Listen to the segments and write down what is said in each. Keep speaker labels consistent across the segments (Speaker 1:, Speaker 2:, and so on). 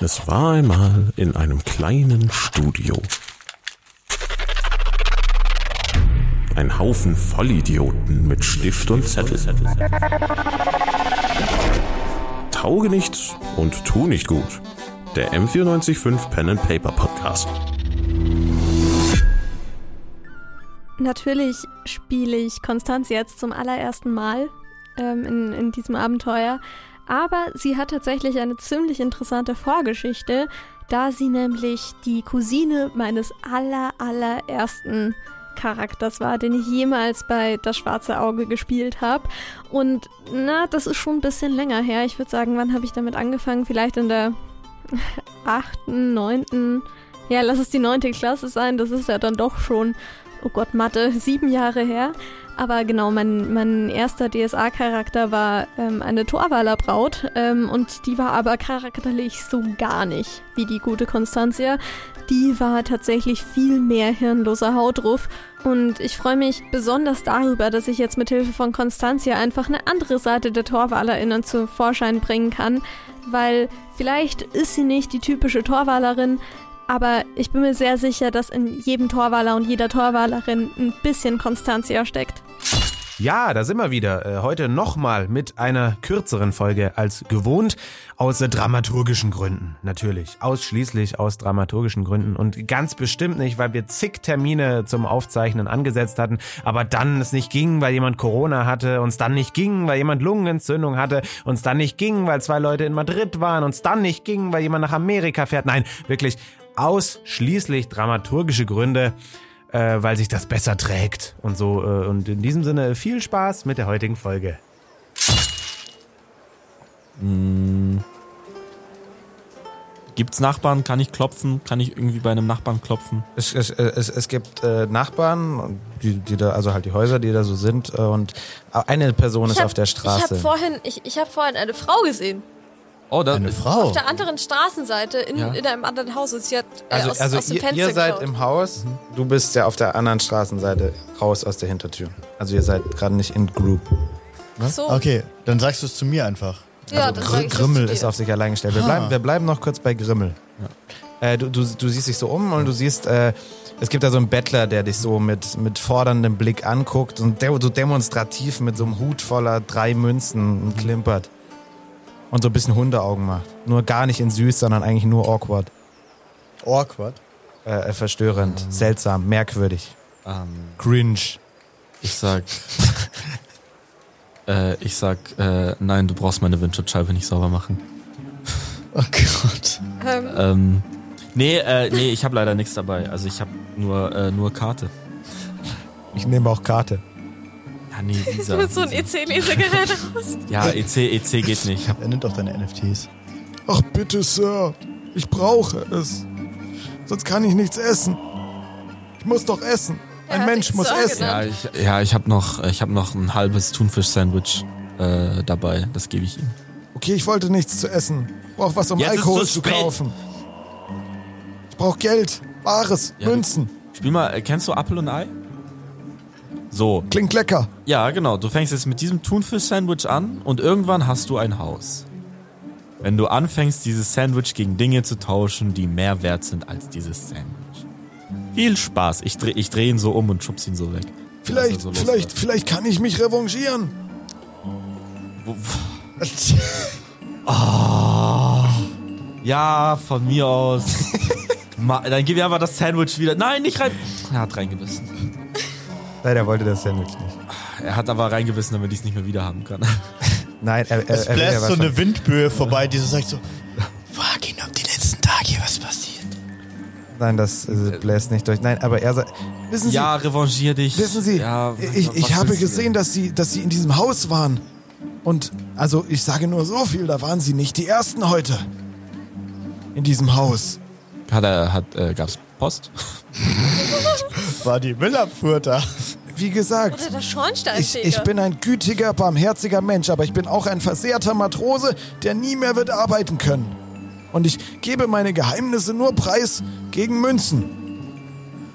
Speaker 1: Es war einmal in einem kleinen Studio. Ein Haufen Vollidioten mit Stift und Zettel. Tauge nichts und tu nicht gut. Der M945 Pen and Paper Podcast.
Speaker 2: Natürlich spiele ich Konstanz jetzt zum allerersten Mal ähm, in, in diesem Abenteuer, aber sie hat tatsächlich eine ziemlich interessante Vorgeschichte, da sie nämlich die Cousine meines aller allerersten Charakters war, den ich jemals bei Das Schwarze Auge gespielt habe. Und na, das ist schon ein bisschen länger her. Ich würde sagen, wann habe ich damit angefangen? Vielleicht in der achten, neunten, ja, lass es die neunte Klasse sein. Das ist ja dann doch schon oh Gott, Mathe, sieben Jahre her. Aber genau, mein, mein erster DSA-Charakter war ähm, eine Torwaler Braut ähm, und die war aber charakterlich so gar nicht wie die gute Konstanzia. Die war tatsächlich viel mehr hirnloser Hautruff und ich freue mich besonders darüber, dass ich jetzt mit Hilfe von Konstanzia einfach eine andere Seite der TorwalerInnen zum Vorschein bringen kann, weil vielleicht ist sie nicht die typische Torwalerin, aber ich bin mir sehr sicher, dass in jedem Torwaler und jeder Torwalerin ein bisschen Konstanzia steckt.
Speaker 3: Ja, da sind wir wieder. äh, Heute nochmal mit einer kürzeren Folge als gewohnt. Aus äh, dramaturgischen Gründen, natürlich. Ausschließlich aus dramaturgischen Gründen. Und ganz bestimmt nicht, weil wir zig Termine zum Aufzeichnen angesetzt hatten, aber dann es nicht ging, weil jemand Corona hatte, uns dann nicht ging, weil jemand Lungenentzündung hatte, uns dann nicht ging, weil zwei Leute in Madrid waren, uns dann nicht ging, weil jemand nach Amerika fährt. Nein, wirklich ausschließlich dramaturgische Gründe äh, weil sich das besser trägt und so. äh, und in diesem Sinne viel Spaß mit der heutigen Folge.
Speaker 4: Hm. Gibt's Nachbarn? Kann ich klopfen? Kann ich irgendwie bei einem Nachbarn klopfen?
Speaker 5: Es, es, es, es gibt äh, Nachbarn, die, die da, also halt die Häuser, die da so sind. äh, Und eine Person ist
Speaker 6: hab-
Speaker 5: auf der
Speaker 6: Ich habe
Speaker 5: Straße.
Speaker 6: vorhin, ich, ich hab vorhin eine Frau gesehen.
Speaker 4: Oh, da,
Speaker 5: eine Frau.
Speaker 6: Auf der anderen Straßenseite, in,
Speaker 4: Ja.
Speaker 6: in einem anderen Haus. Und sie hat äh,
Speaker 5: Also,
Speaker 6: aus,
Speaker 5: also
Speaker 6: aus dem
Speaker 5: ihr,
Speaker 6: Fenster
Speaker 5: ihr seid
Speaker 6: geschaut.
Speaker 5: im Haus, Mhm. du bist ja auf der anderen Straßenseite raus aus der Hintertür. Also ihr seid gerade nicht in Group.
Speaker 6: So,
Speaker 7: Okay, dann sagst du es zu mir einfach.
Speaker 6: ja,
Speaker 5: also
Speaker 6: das
Speaker 5: Gr
Speaker 6: sag ich jetzt
Speaker 5: Grimmel
Speaker 6: zu
Speaker 5: ist
Speaker 6: dir.
Speaker 5: auf sich allein gestellt. Wir,
Speaker 7: Ah.
Speaker 5: bleiben, wir bleiben noch kurz bei Grimmel. Äh, du, du, du siehst dich so um und du siehst, äh, es gibt da so einen Bettler, der dich so mit, mit forderndem Blick anguckt und de so demonstrativ mit so einem Hut voller drei Münzen klimpert. Und so ein bisschen Hundeaugen macht. Nur gar nicht in süß, sondern eigentlich nur awkward.
Speaker 7: Awkward.
Speaker 5: Äh, äh, verstörend, seltsam, merkwürdig.
Speaker 4: ähm,
Speaker 5: Cringe.
Speaker 4: ich sag, äh, ich sag, äh, nein, du brauchst meine Windschutzscheibe nicht sauber machen.
Speaker 7: Oh Gott.
Speaker 6: Ähm,
Speaker 4: Ähm, nee, äh, nee, ich habe leider nichts dabei. Also ich habe nur, äh, nur Karte.
Speaker 5: Ich nehme auch Karte.
Speaker 4: Ja, nee, Visa.
Speaker 6: mit so ein E EC-Lesegerät raus.
Speaker 4: ja, E EC, EC geht nicht.
Speaker 7: Er nimmt auch deine NFTs.
Speaker 8: Ach bitte, Sir, ich brauche es. Sonst kann ich nichts essen. Ich muss doch essen.
Speaker 6: Er hat
Speaker 8: Ein Mensch
Speaker 6: dich
Speaker 8: muss
Speaker 6: Sir
Speaker 8: essen.
Speaker 4: Ja,
Speaker 6: genannt.
Speaker 4: ich, ja, ich habe noch, ich habe noch ein halbes Thunfisch-Sandwich äh, dabei. Das gebe ich ihm.
Speaker 8: Okay, ich wollte nichts zu essen. Ich brauche was, um
Speaker 4: Jetzt ist
Speaker 8: Alkohol
Speaker 4: es
Speaker 8: zu
Speaker 4: spät.
Speaker 8: kaufen. Ich brauche Geld, Wahres,
Speaker 4: Ja,
Speaker 8: Münzen.
Speaker 4: Spiel mal, äh, kennst du Apple und Ei? So,
Speaker 8: Klingt lecker.
Speaker 4: ja, genau. Du fängst jetzt mit diesem Thunfisch-Sandwich an und irgendwann hast du ein Haus. Wenn du anfängst, dieses Sandwich gegen Dinge zu tauschen, die mehr wert sind als dieses Sandwich. Viel Spaß. Ich drehe ich dreh ihn so um und schubs ihn so weg.
Speaker 8: Vielleicht,
Speaker 4: Lass er so
Speaker 8: vielleicht,
Speaker 4: losläuft.
Speaker 8: vielleicht kann ich mich revanchieren.
Speaker 4: Wo- wo- Ah. Ja, von mir aus. Ma, dann gib mir einfach das Sandwich wieder. Nein, nicht rein. Er hat reingebissen.
Speaker 5: Leider wollte das Sandwich nicht.
Speaker 4: Er hat aber reingebissen, damit ich es nicht mehr wieder haben kann.
Speaker 5: Nein, er, er,
Speaker 7: Es
Speaker 5: er will ja
Speaker 7: bläst
Speaker 5: was
Speaker 7: so
Speaker 5: von-
Speaker 7: eine Windböe vorbei, die so sagt so, frag ihn, ob die letzten Tage was passiert.
Speaker 5: Nein, das
Speaker 8: also,
Speaker 5: äh, bläst nicht durch. Nein, aber er sagt,
Speaker 8: Wissen Sie,
Speaker 4: Ja, revanchier dich.
Speaker 8: wissen Sie,
Speaker 4: ja,
Speaker 8: ich,
Speaker 4: was
Speaker 8: ich habe
Speaker 4: willst du
Speaker 8: gesehen,
Speaker 4: denn?
Speaker 8: dass Sie, dass Sie in diesem Haus waren. Und, also, ich sage nur so viel, da waren Sie nicht die Ersten heute. In diesem Haus.
Speaker 4: Hat er, hat, äh, gab's Post?
Speaker 7: War die Müllabfuhr da?
Speaker 8: Wie gesagt,
Speaker 6: Oder der
Speaker 8: Ich,
Speaker 6: Schornsteinfeger.
Speaker 8: ich bin ein gütiger, barmherziger Mensch, aber ich bin auch ein versehrter Matrose, der nie mehr wird arbeiten können. Und ich gebe meine Geheimnisse nur preis gegen Münzen.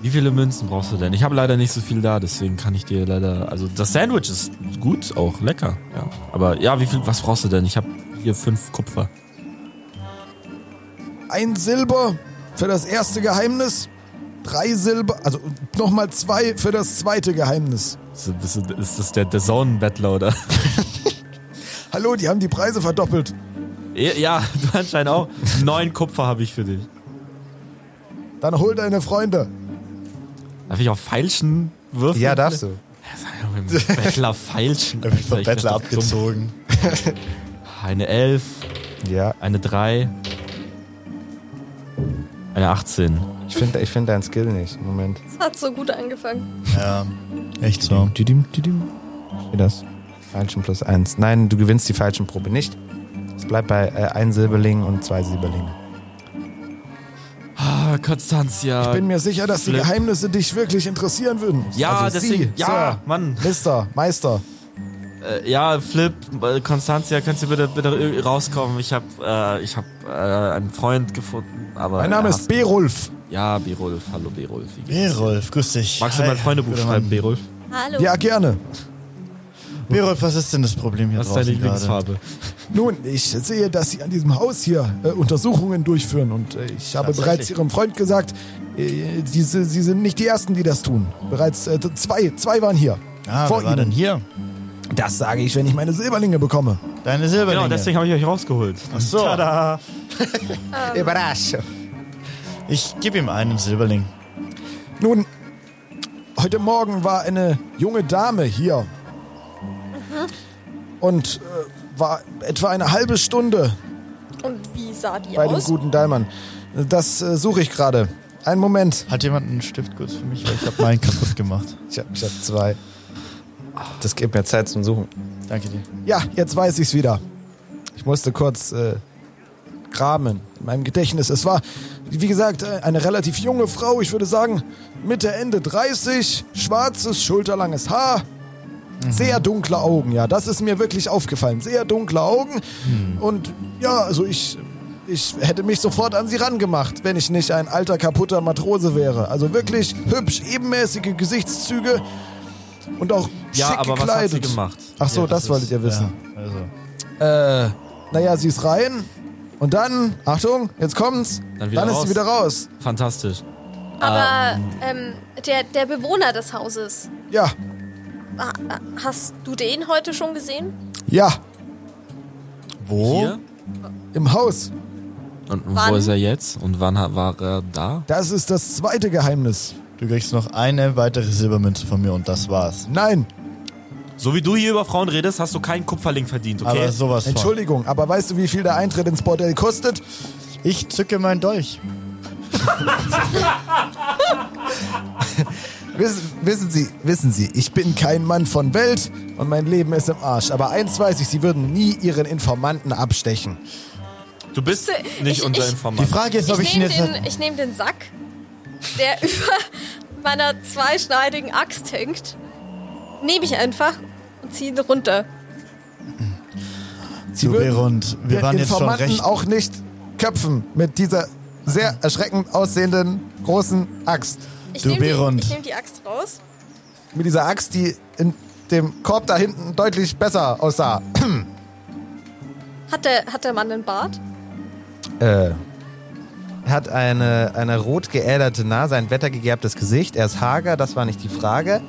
Speaker 4: Wie viele Münzen brauchst du denn? Ich habe leider nicht so viel da, deswegen kann ich dir leider. Also das Sandwich ist gut, auch lecker. Ja. Aber ja, wie viel, was brauchst du denn? Ich habe hier fünf Kupfer.
Speaker 5: ein Silber für das erste Geheimnis, drei Silber, also nochmal zwei für das zweite Geheimnis.
Speaker 4: Ist, ist, ist das der, der Zonenbettler, oder?
Speaker 5: Hallo, die haben die Preise verdoppelt.
Speaker 4: Ja, du anscheinend auch. Neun Kupfer habe ich für dich.
Speaker 5: Dann hol deine Freunde.
Speaker 4: Darf ich auch feilschen würfeln?
Speaker 9: Ja, darfst du.
Speaker 4: Mit dem Bettler feilschen.
Speaker 7: Da bin ich vom
Speaker 4: Alter,
Speaker 7: Bettler
Speaker 4: das ist dumm.
Speaker 7: abgezogen.
Speaker 4: Eine elf,
Speaker 9: Ja,
Speaker 4: eine drei, eine 18.
Speaker 9: ich finde ich find deinen Skill nicht. Moment.
Speaker 6: Das hat so gut angefangen.
Speaker 7: Ja, echt so.
Speaker 9: Düdim, düdim. Wie das? Falschen plus eins. Nein, du gewinnst die falschen Probe nicht. Es bleibt bei äh, ein Silberling und zwei Silberlinge.
Speaker 4: Ah, Konstanzia.
Speaker 5: Ich bin mir sicher, dass die
Speaker 4: Flip.
Speaker 5: Geheimnisse dich wirklich interessieren würden.
Speaker 4: ja,
Speaker 5: Also Sie,
Speaker 4: deswegen. ja, Mann.
Speaker 5: Sir, Mister, Meister.
Speaker 4: Äh, ja, Flip, äh, Konstanzia, könnt ihr bitte, bitte ir- rauskommen? Ich hab, äh, ich hab äh, einen Freund gefunden, aber.
Speaker 5: Mein Name
Speaker 4: er
Speaker 5: ist
Speaker 4: hasst-
Speaker 5: Berulf.
Speaker 4: Ja, Berulf. Hallo, Berulf. Wie geht's?
Speaker 7: Berolf, grüß dich.
Speaker 4: Magst du
Speaker 7: Hi,
Speaker 4: mein Freundebuch
Speaker 7: guter
Speaker 4: schreiben,
Speaker 7: Mann.
Speaker 4: Berulf?
Speaker 10: Hallo.
Speaker 5: Ja, gerne.
Speaker 7: Berolf, was ist denn das Problem hier
Speaker 4: Was ist deine
Speaker 7: draußen gerade?
Speaker 4: Lieblingsfarbe?
Speaker 5: Nun, ich sehe, dass Sie an diesem Haus hier äh, Untersuchungen durchführen und äh, ich habe
Speaker 7: Tatsächlich.
Speaker 5: bereits Ihrem Freund gesagt, äh, die, Sie Sie sind nicht die Ersten, die das tun. Bereits äh, zwei, zwei waren hier.
Speaker 7: Ah,
Speaker 5: vor
Speaker 7: wer war
Speaker 5: Ihnen.
Speaker 7: denn hier?
Speaker 5: Das sage ich, wenn ich meine Silberlinge bekomme.
Speaker 7: Deine Silberlinge.
Speaker 4: Genau, deswegen habe ich euch rausgeholt.
Speaker 7: Ach so.
Speaker 4: Tada!
Speaker 9: Überraschung.
Speaker 7: Ich gebe ihm einen Silberling.
Speaker 5: Nun, heute Morgen war eine junge Dame hier.
Speaker 6: Mhm.
Speaker 5: Und äh, war etwa eine halbe Stunde
Speaker 6: Und wie sah die
Speaker 5: bei dem
Speaker 6: aus?
Speaker 5: guten Daimann. Das äh, suche ich gerade. Einen Moment.
Speaker 7: Hat jemand einen Stift kurz für mich? Weil ich habe meinen kaputt gemacht.
Speaker 9: Ich hab, ich hab zwei. Das gibt mir Zeit zum Suchen.
Speaker 7: Danke dir.
Speaker 5: Ja, jetzt weiß ich's wieder. Ich musste kurz äh, graben in meinem Gedächtnis. Es war, wie gesagt, äh, eine relativ junge Frau. Ich würde sagen, Mitte, Ende 30. Schwarzes, schulterlanges Haar.
Speaker 4: Mhm.
Speaker 5: Sehr dunkle Augen, ja. Das ist mir wirklich aufgefallen. Sehr dunkle Augen.
Speaker 4: Mhm.
Speaker 5: Und ja, also ich, ich hätte mich sofort an sie rangemacht, wenn ich nicht ein alter, kaputter Matrose wäre. Also wirklich hübsch, ebenmäßige Gesichtszüge. Und auch
Speaker 4: Ja,
Speaker 5: schick
Speaker 4: aber was hat
Speaker 5: gekleidet.
Speaker 4: sie gemacht?
Speaker 5: Ach so,
Speaker 7: Ja,
Speaker 5: das,
Speaker 7: ist-
Speaker 5: wolltet ihr wissen.
Speaker 7: Ja, also.
Speaker 5: Äh, naja, sie ist rein. Und dann, Achtung, jetzt kommt's.
Speaker 4: Dann wieder
Speaker 5: ist
Speaker 4: raus.
Speaker 5: sie wieder raus.
Speaker 4: Fantastisch.
Speaker 6: Aber ähm, der, der Bewohner des Hauses,
Speaker 5: Ja,
Speaker 6: ah, ah, hast du den heute schon gesehen?
Speaker 5: ja,
Speaker 7: Wo?
Speaker 4: Hier?
Speaker 5: im Haus.
Speaker 4: Und
Speaker 6: Wann?
Speaker 4: wo ist er jetzt? Und wann ha- war er da?
Speaker 5: Das ist das zweite Geheimnis.
Speaker 7: Du kriegst noch eine weitere Silbermünze von mir und das war's.
Speaker 5: Nein,
Speaker 4: So wie du hier über Frauen redest, hast du keinen Kupferling verdient, okay?
Speaker 7: Aber sowas von.
Speaker 5: Entschuldigung, aber weißt du, wie viel der Eintritt ins Bordell kostet?
Speaker 7: Ich zücke meinen Dolch.
Speaker 5: Wissen, wissen Sie, wissen Sie, ich bin kein Mann von Welt und mein Leben ist im Arsch. Aber eins weiß ich, Sie würden nie Ihren Informanten abstechen.
Speaker 4: du bist
Speaker 6: Ich-
Speaker 4: nicht
Speaker 6: ich-
Speaker 4: unser
Speaker 6: ich-
Speaker 4: Informant.
Speaker 7: Die Frage ist, ob ich,
Speaker 6: Ich
Speaker 7: ihn
Speaker 6: nehme
Speaker 7: jetzt...
Speaker 6: den, ich nehm den Sack, der über meiner zweischneidigen Axt hängt, nehme ich einfach und ziehe ihn runter.
Speaker 5: Sie
Speaker 7: Du, Berund, wir
Speaker 5: Ihren
Speaker 7: waren jetzt schon
Speaker 5: Informanten
Speaker 7: recht...
Speaker 5: auch nicht köpfen mit dieser sehr erschreckend aussehenden großen Axt.
Speaker 6: Ich
Speaker 7: Du
Speaker 6: nehme die,
Speaker 7: Berund.
Speaker 6: ich nehm die Axt raus.
Speaker 5: mit dieser Axt, die in dem Korb da hinten deutlich besser aussah.
Speaker 6: Hat der, hat der Mann einen Bart?
Speaker 9: Äh. Er hat eine, eine rot geäderte Nase, ein wettergegerbtes Gesicht. Er ist hager, das war nicht die Frage.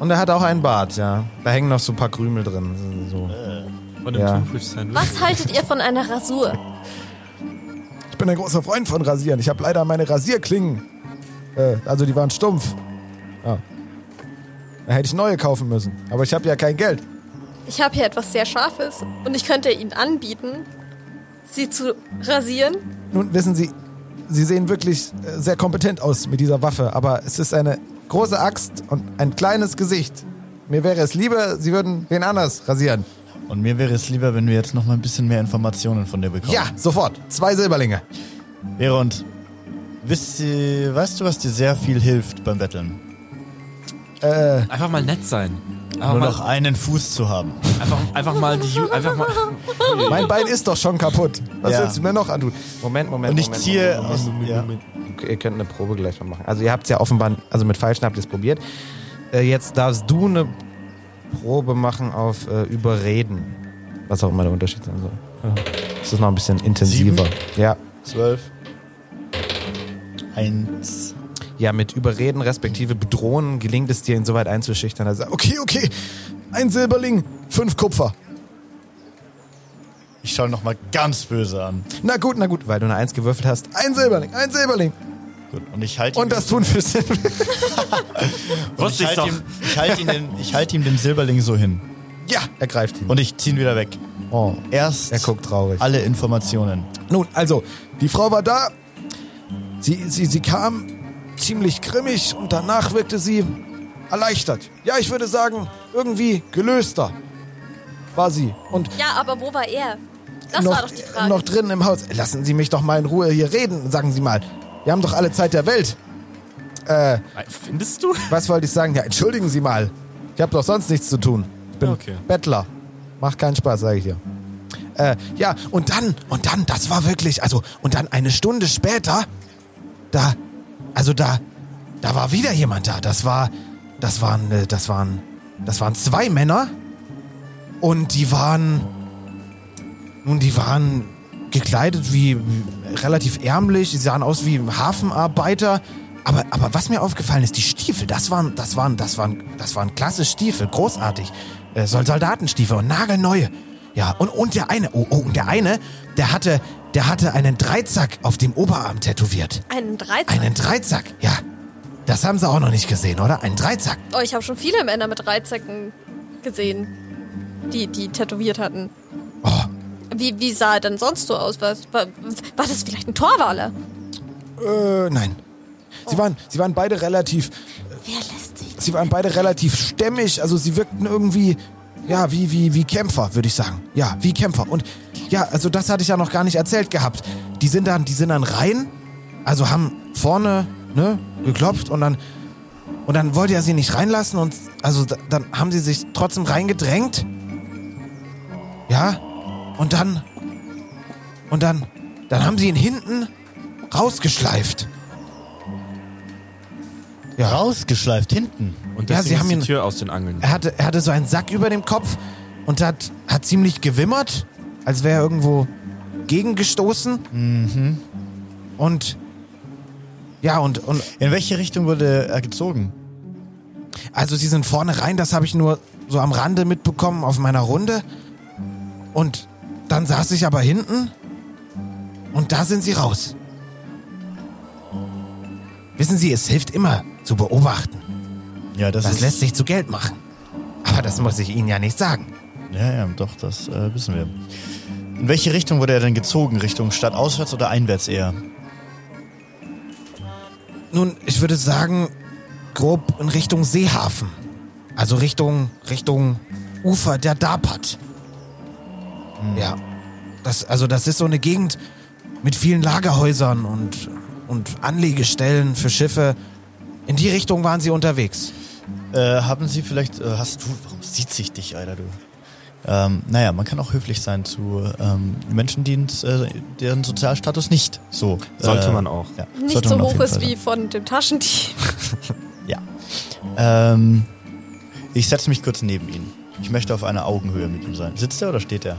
Speaker 9: Und er hat auch einen Bart, ja. Da hängen noch so ein paar Krümel drin. So.
Speaker 4: Äh, von dem
Speaker 9: Ja.
Speaker 4: Thunfisch-Sandwich.
Speaker 6: Was haltet ihr von einer Rasur?
Speaker 5: Ich bin ein großer Freund von Rasieren. Ich habe leider meine Rasierklingen. Äh, also die waren stumpf. Ja. Da hätte ich neue kaufen müssen. Aber ich habe ja kein Geld.
Speaker 6: Ich habe hier etwas sehr Scharfes und ich könnte ihn anbieten, sie zu rasieren.
Speaker 5: Nun wissen Sie, Sie sehen wirklich äh, sehr kompetent aus mit dieser Waffe. Aber es ist eine große Axt und ein kleines Gesicht. Mir wäre es lieber, Sie würden wen anders rasieren.
Speaker 7: Und mir wäre es lieber, wenn wir jetzt noch mal ein bisschen mehr Informationen von dir bekommen.
Speaker 5: Ja, sofort. Zwei Silberlinge.
Speaker 7: Berund, wisst ihr, weißt du, was dir sehr viel hilft beim Betteln?
Speaker 5: Äh,
Speaker 4: Einfach mal nett sein. Einfach
Speaker 7: Nur
Speaker 4: mal,
Speaker 7: noch einen Fuß zu haben.
Speaker 4: einfach, einfach mal die Ju- einfach mal.
Speaker 5: mein Bein ist doch schon kaputt. Was
Speaker 7: Ja.
Speaker 5: willst du mir noch antun?
Speaker 9: Moment, Moment.
Speaker 7: Und ich
Speaker 9: Moment,
Speaker 7: ziehe
Speaker 9: Moment,
Speaker 7: aus... Ja.
Speaker 9: Okay, Ihr könnt eine Probe gleich noch machen. Also ihr habt es ja offenbar, also mit Falschen habt ihr es probiert. Äh, jetzt darfst du eine Probe machen auf äh, Überreden. Was auch immer der Unterschied sein soll. Das ist noch ein bisschen intensiver. Ja,
Speaker 7: Zwölf. Eins.
Speaker 5: Ja, mit Überreden respektive Bedrohen gelingt es dir, ihn so weit einzuschüchtern, dass er sagt, okay, okay, ein Silberling, fünf Kupfer.
Speaker 7: Ich schaue nochmal ganz böse an.
Speaker 5: Na gut, na gut, weil du eine Eins gewürfelt hast. Ein Silberling, ein Silberling.
Speaker 7: Gut. Und ich halte ihm,
Speaker 5: Und das tun für Silberling.
Speaker 7: und ich halte ihm, ich halte ihm, den- ich halte ihm den Silberling so hin.
Speaker 5: Ja, er greift ihn.
Speaker 7: Und ich ziehe ihn wieder weg.
Speaker 5: Oh,
Speaker 7: Erst
Speaker 5: er guckt traurig.
Speaker 7: alle Informationen.
Speaker 5: Nun, also, die Frau war da. Sie, sie, sie kam ziemlich grimmig und danach wirkte sie erleichtert. Ja, ich würde sagen, irgendwie gelöster war sie. Und
Speaker 6: Ja, aber wo war er? Das war
Speaker 5: noch,
Speaker 6: doch die Frage.
Speaker 5: noch drinnen im Haus. Lassen Sie mich doch mal in Ruhe hier reden, sagen Sie mal. Wir haben doch alle Zeit der Welt. Äh,
Speaker 4: Äh, Findest du?
Speaker 5: Was wollte ich sagen? Ja, entschuldigen Sie mal. Ich habe doch sonst nichts zu tun. Ich bin
Speaker 4: Okay.
Speaker 5: Bettler. Macht keinen Spaß, sage ich dir. Äh, ja, und dann, und dann, das war wirklich, also, und dann eine Stunde später, da, also da, da war wieder jemand da. Das war, das waren, äh, das waren, das waren zwei Männer und die waren, nun, die waren gekleidet wie wie relativ ärmlich, sie sahen aus wie Hafenarbeiter. Aber, aber was mir aufgefallen ist, die Stiefel, das waren, das waren, das waren, das waren klasse Stiefel, großartig. Äh, Sol- Soldatenstiefel und nagelneue. Ja, und, und der eine, oh, oh, und der eine, der hatte, der hatte einen Dreizack auf dem Oberarm tätowiert.
Speaker 6: Einen 13.
Speaker 5: Einen Dreizack, ja. Das haben sie auch noch nicht gesehen, oder? Einen Dreizack.
Speaker 6: Oh, ich habe schon viele Männer mit Dreizacken gesehen, die, die tätowiert hatten.
Speaker 5: Oh,
Speaker 6: Wie, wie sah er denn sonst so aus? War, war, war das vielleicht ein Torwaler?
Speaker 5: äh, nein. Sie waren, sie waren beide relativ
Speaker 6: Wer lässt sich
Speaker 5: sie waren beide relativ stämmig, also sie wirkten irgendwie, ja, wie, wie, wie Kämpfer, würde ich sagen. Ja, wie Kämpfer. Und ja, also das hatte ich ja noch gar nicht erzählt gehabt. Die sind dann, die sind dann rein, also haben vorne, ne, geklopft und dann, und dann wollte er sie nicht reinlassen und, also da, dann haben sie sich trotzdem reingedrängt. Ja, und dann, und dann, dann haben sie ihn hinten rausgeschleift. Ja.
Speaker 7: Rausgeschleift hinten.
Speaker 4: Und
Speaker 5: Ja,
Speaker 4: deswegen
Speaker 5: sie haben
Speaker 4: ist
Speaker 5: ihn-
Speaker 4: die Tür aus den Angeln.
Speaker 5: Er hatte, er hatte so einen Sack über dem Kopf und hat, hat ziemlich gewimmert, als wäre er irgendwo gegengestoßen. Und ja, und, und
Speaker 7: In welche Richtung wurde er gezogen?
Speaker 5: also sie sind vorne rein, das habe ich nur so am Rande mitbekommen auf meiner Runde. Und dann saß ich aber hinten und da sind sie raus. Wissen Sie, es hilft immer zu beobachten.
Speaker 7: Ja, das,
Speaker 5: Das
Speaker 7: ist.
Speaker 5: lässt sich zu Geld machen. Aber das muss ich Ihnen ja nicht sagen.
Speaker 7: ja, ja, doch, das äh, wissen wir. In welche Richtung wurde er denn gezogen? Richtung Stadt auswärts oder einwärts eher?
Speaker 5: Nun, ich würde sagen, grob in Richtung Seehafen. Also Richtung, Richtung Ufer der Dapat. Ja. Das, also das ist so eine Gegend mit vielen Lagerhäusern und, und Anlegestellen für Schiffe. In die Richtung waren sie unterwegs.
Speaker 7: Äh, haben Sie vielleicht, äh, hast du, warum sieht sich dich, Alter, du? Ähm, naja, man kann auch höflich sein zu ähm, Menschen, die ins, äh, deren Sozialstatus nicht so. Äh,
Speaker 4: Sollte man auch.
Speaker 7: Ja,
Speaker 6: nicht
Speaker 7: sollte
Speaker 6: so
Speaker 7: man auf
Speaker 6: hoch
Speaker 7: jeden
Speaker 6: ist
Speaker 7: Fall
Speaker 6: wie von dem Taschendieb?
Speaker 7: sein. Ähm, ich setze mich kurz neben ihn. Ich möchte auf einer Augenhöhe mit ihm sein. Sitzt er oder steht er?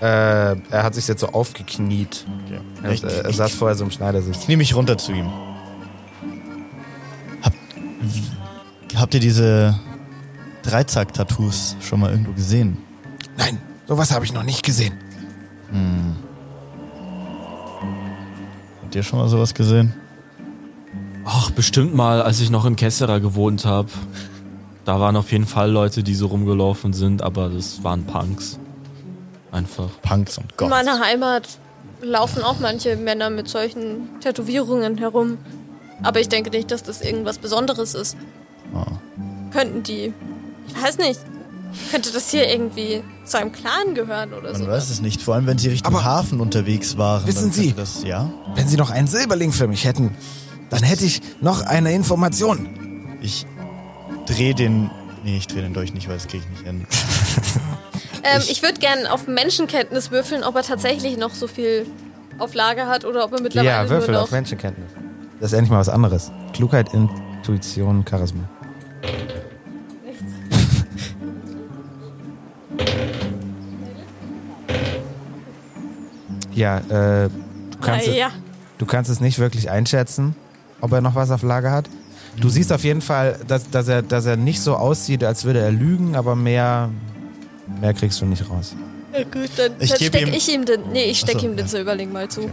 Speaker 5: Äh, er hat sich jetzt so aufgekniet. äh,
Speaker 7: Okay. Ich, ich,
Speaker 5: vorher so im Schneidersitz.
Speaker 7: ich nehme mich runter zu ihm. Hab, w- habt ihr diese Dreizack-Tattoos schon mal irgendwo gesehen?
Speaker 5: Nein, sowas habe ich noch nicht gesehen.
Speaker 7: Habt ihr schon mal sowas gesehen?
Speaker 4: Ach, bestimmt mal, als ich noch in Kessera gewohnt habe. Da waren auf jeden Fall Leute, die so rumgelaufen sind, aber das waren Punks. Einfach.
Speaker 7: Punks und
Speaker 6: In
Speaker 7: Gott.
Speaker 6: meiner Heimat laufen auch manche Männer mit solchen Tätowierungen herum. Aber ich denke nicht, dass das irgendwas Besonderes ist.
Speaker 7: Ah.
Speaker 6: Könnten die. Ich weiß nicht. Könnte das hier irgendwie zu einem Clan gehören oder
Speaker 7: Man
Speaker 6: so?
Speaker 7: weiß es nicht, vor allem wenn sie Richtung
Speaker 5: Aber-
Speaker 7: Hafen unterwegs waren.
Speaker 5: Wissen
Speaker 7: dann könnte
Speaker 5: Sie-
Speaker 7: Das, ja,
Speaker 5: Wenn Sie noch einen Silberling für mich hätten, dann hätte ich noch eine Information.
Speaker 7: ich drehe den. Nee, ich drehe den durch nicht, weil das kriege ich nicht hin.
Speaker 6: Ähm, ich würde gerne auf Menschenkenntnis würfeln, ob er tatsächlich noch so viel auf Lager hat oder ob er mittlerweile nur noch.
Speaker 5: Menschenkenntnis. Das ist endlich mal was anderes. Klugheit, Intuition, Charisma. ja, äh,
Speaker 9: Du kannst,
Speaker 6: naja,
Speaker 9: du kannst es nicht wirklich einschätzen, ob er noch was auf Lager hat. Du siehst auf jeden Fall, dass, dass, er, dass er nicht so aussieht, als würde er lügen, aber mehr, mehr kriegst du nicht raus.
Speaker 6: ja gut, dann,
Speaker 7: Ich
Speaker 6: dann
Speaker 7: geb ihm-
Speaker 6: stecke ich ihm den. Nee, ich stecke
Speaker 7: Achso,
Speaker 6: ihm den
Speaker 7: ja.
Speaker 6: Silberling mal zu.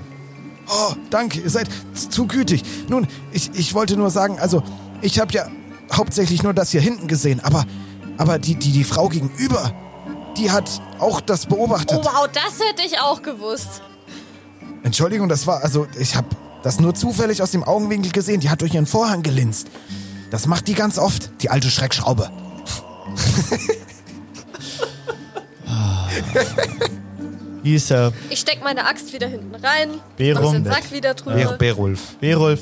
Speaker 5: Oh, danke, ihr seid z- zu gütig. Nun, ich, ich wollte nur sagen, also, ich habe ja hauptsächlich nur das hier hinten gesehen, aber, aber die, die, die Frau gegenüber, die hat auch das
Speaker 6: Oh
Speaker 5: beobachtet.
Speaker 6: wow, das hätte ich auch gewusst.
Speaker 5: Entschuldigung, das war, also, ich habe das nur zufällig aus dem Augenwinkel gesehen. Die hat durch ihren Vorhang gelinst. Das macht die ganz oft, die alte Schreckschraube.
Speaker 7: Wie ist er?
Speaker 6: Ich steck meine Axt wieder hinten rein.
Speaker 7: Berum.
Speaker 6: mach den Sack wieder drüber.
Speaker 9: Berulf.
Speaker 7: Berulf,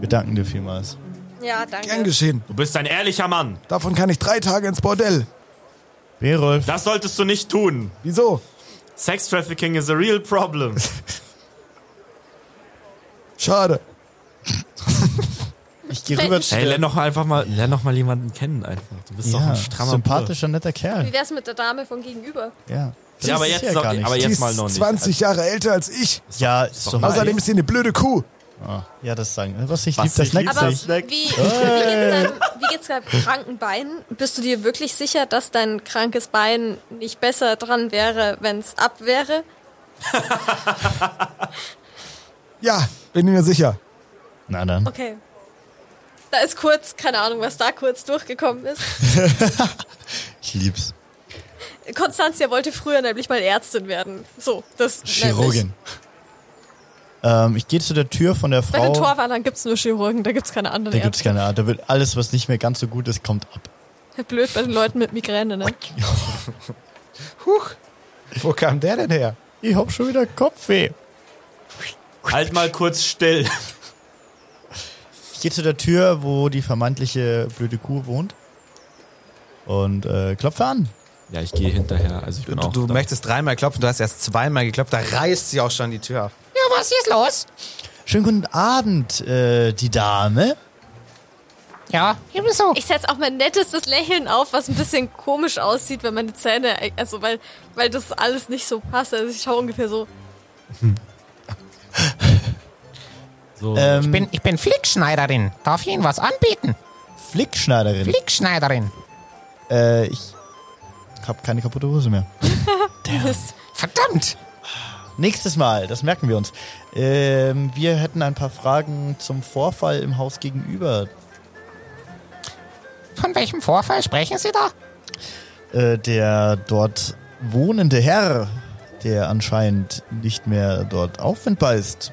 Speaker 7: wir danken dir vielmals.
Speaker 6: Ja,
Speaker 5: Gern
Speaker 6: danke.
Speaker 5: geschehen.
Speaker 4: Du bist ein ehrlicher Mann.
Speaker 5: Davon kann ich drei Tage ins Bordell.
Speaker 7: Berulf,
Speaker 4: Das solltest du nicht tun.
Speaker 5: Wieso?
Speaker 4: Sex Trafficking is a real problem.
Speaker 5: Schade.
Speaker 7: ich gehe rüber zu
Speaker 4: Hey,
Speaker 7: der-
Speaker 4: lern doch einfach mal, lern doch mal jemanden kennen einfach. Du bist doch
Speaker 7: ja,
Speaker 4: ein strammer
Speaker 7: sympathischer, netter
Speaker 6: Wie
Speaker 7: Kerl.
Speaker 6: wär's mit der Dame von gegenüber?
Speaker 7: Ja. Das
Speaker 4: Ja, aber
Speaker 7: ist
Speaker 4: jetzt
Speaker 7: ja
Speaker 4: noch-
Speaker 7: gar nicht.
Speaker 4: aber
Speaker 5: Die
Speaker 4: jetzt-
Speaker 5: ist
Speaker 4: mal noch nicht.
Speaker 5: 20 Jahre älter als ich.
Speaker 7: ja, ist doch mal-
Speaker 5: Außerdem ist sie eine blöde Kuh.
Speaker 7: Ah, ja, das sagen. Was ich
Speaker 4: Was
Speaker 7: lieb, das
Speaker 4: ich
Speaker 7: neckt
Speaker 4: lieb,
Speaker 6: Aber
Speaker 7: sich.
Speaker 4: Witzig.
Speaker 6: wie, wie
Speaker 7: Ah.
Speaker 6: geht's deinem, wie geht's deinem kranken Bein? Bist du dir wirklich sicher, dass dein krankes Bein nicht besser dran wäre, wenn's ab wäre?
Speaker 5: Ja, bin mir sicher.
Speaker 7: Na dann.
Speaker 6: Okay. Da ist kurz, keine Ahnung, was da kurz durchgekommen ist.
Speaker 7: Ich lieb's.
Speaker 6: Konstanzia wollte früher nämlich mal Ärztin werden. So, das.
Speaker 7: Chirurgin. Ähm, ich gehe zu der Tür von der
Speaker 6: Bei
Speaker 7: Frau.
Speaker 6: den Torwandern gibt's nur Chirurgen, da gibt's keine anderen
Speaker 7: Da gibt's
Speaker 6: Ärzte.
Speaker 7: keine Art. Da wird alles, was nicht mehr ganz so gut ist, kommt ab.
Speaker 6: Blöd bei den Leuten mit Migräne, ne?
Speaker 9: Huch. Wo kam der denn her?
Speaker 7: Ich hab schon wieder Kopfweh.
Speaker 4: Plump. Halt mal kurz still.
Speaker 7: Ich gehe zu der Tür, wo die vermeintliche blöde Kuh wohnt. Und äh, klopfe an.
Speaker 4: Ja, ich gehe hinterher. Also ich bin
Speaker 9: Du,
Speaker 4: auch
Speaker 9: du
Speaker 4: da.
Speaker 9: möchtest dreimal klopfen, du hast erst zweimal geklopft, da reißt sie auch schon die Tür auf.
Speaker 7: Schönen guten Abend, äh, die Dame.
Speaker 6: Ich setze auch mein nettestes Lächeln auf, was ein bisschen komisch aussieht, wenn meine Zähne, also weil, weil das alles nicht so passt. Also ich schaue ungefähr so.
Speaker 4: So.
Speaker 7: Ähm,
Speaker 11: Ich bin, ich bin Flickschneiderin. Darf ich Ihnen was anbieten?
Speaker 7: Flickschneiderin.
Speaker 11: Flickschneiderin.
Speaker 7: Äh, ich hab keine kaputte Hose mehr.
Speaker 11: Verdammt!
Speaker 7: Nächstes Mal, das merken wir uns. Ähm, wir hätten ein paar Fragen zum Vorfall im Haus gegenüber.
Speaker 11: Von welchem Vorfall sprechen Sie da?
Speaker 7: Äh, der dort wohnende Herr, der anscheinend nicht mehr dort auffindbar ist.